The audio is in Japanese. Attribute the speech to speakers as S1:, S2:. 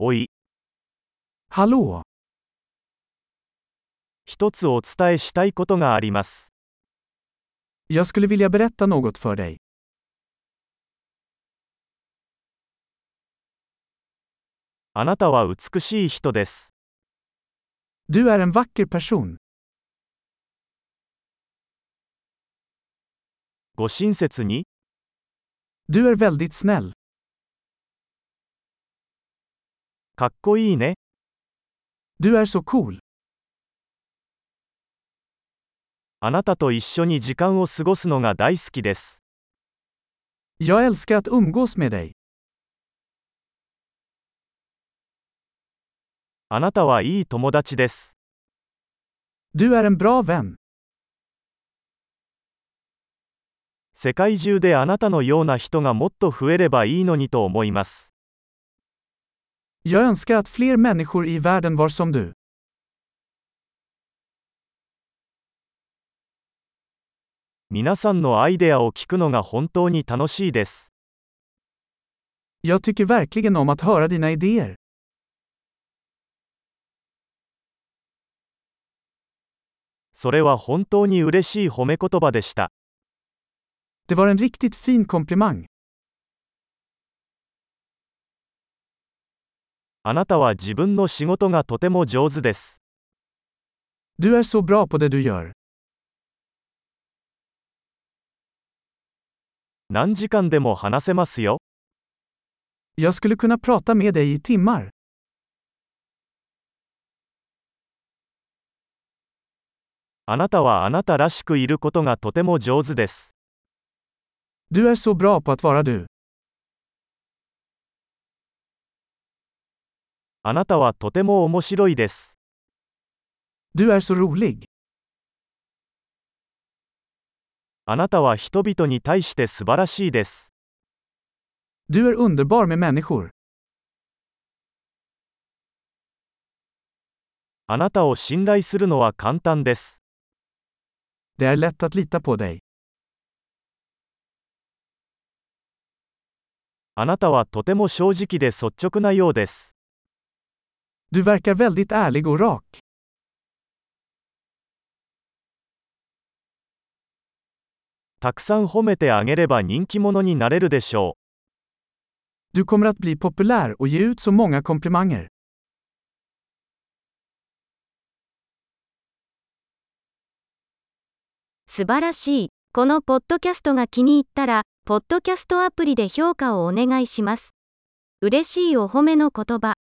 S1: Oi.
S2: Hallå!
S1: 一つお伝えしたいことがあります。
S2: Jag skulle vilja berätta något för dig.
S1: あなたは美しい人です。
S2: Du är en vacker person.
S1: ご親切に、
S2: Du är väldigt snäll.
S1: かっこいいね。
S2: Du är så cool.
S1: あなたと一緒に時間を過ごすのが大好きです。
S2: Jag älskar att umgås med dig.
S1: あなたはいい友達です。
S2: Du är en bra vän.
S1: 世界中であなたのような人がもっと増えればいいのにと思います。
S2: Jag önskar att fler människor i världen var som du.
S1: 皆さんのアイデアを聞くのが本当に楽しいです。
S2: Jag tycker verkligen om att höra dina idéer.
S1: それは本当に嬉しい褒め言葉でした。
S2: Det var en riktigt fin komplimang.
S1: あなたは自分の仕事がとても上手です。
S2: Du är så bra på det du gör.
S1: 何時間でも話せますよ。
S2: Jag skulle kunna prata med dig i timmar.
S1: あなたはあなたらしくいることがとても上手です。
S2: Du är så bra på att vara du.
S1: あなたはとても面白いです。
S2: Du är så rolig.
S1: あなたは人々に対して素晴らしいです。
S2: Du är underbar med människor.
S1: あなたを信頼するのは簡単です。
S2: Det är lätt att lita på dig.
S1: あなたはとても正直で率直なようです。
S2: Du verkar väldigt ärlig och rak.
S1: たくさん褒めてあげれば人気者になれるでしょ
S2: Du kommer att bli populär och ge ut så många komplimanger.
S3: 素晴らしい。このポッドキャストが気に入ったら、ポッドキャストアプリで評価をお願いします。嬉しいお褒めの言葉。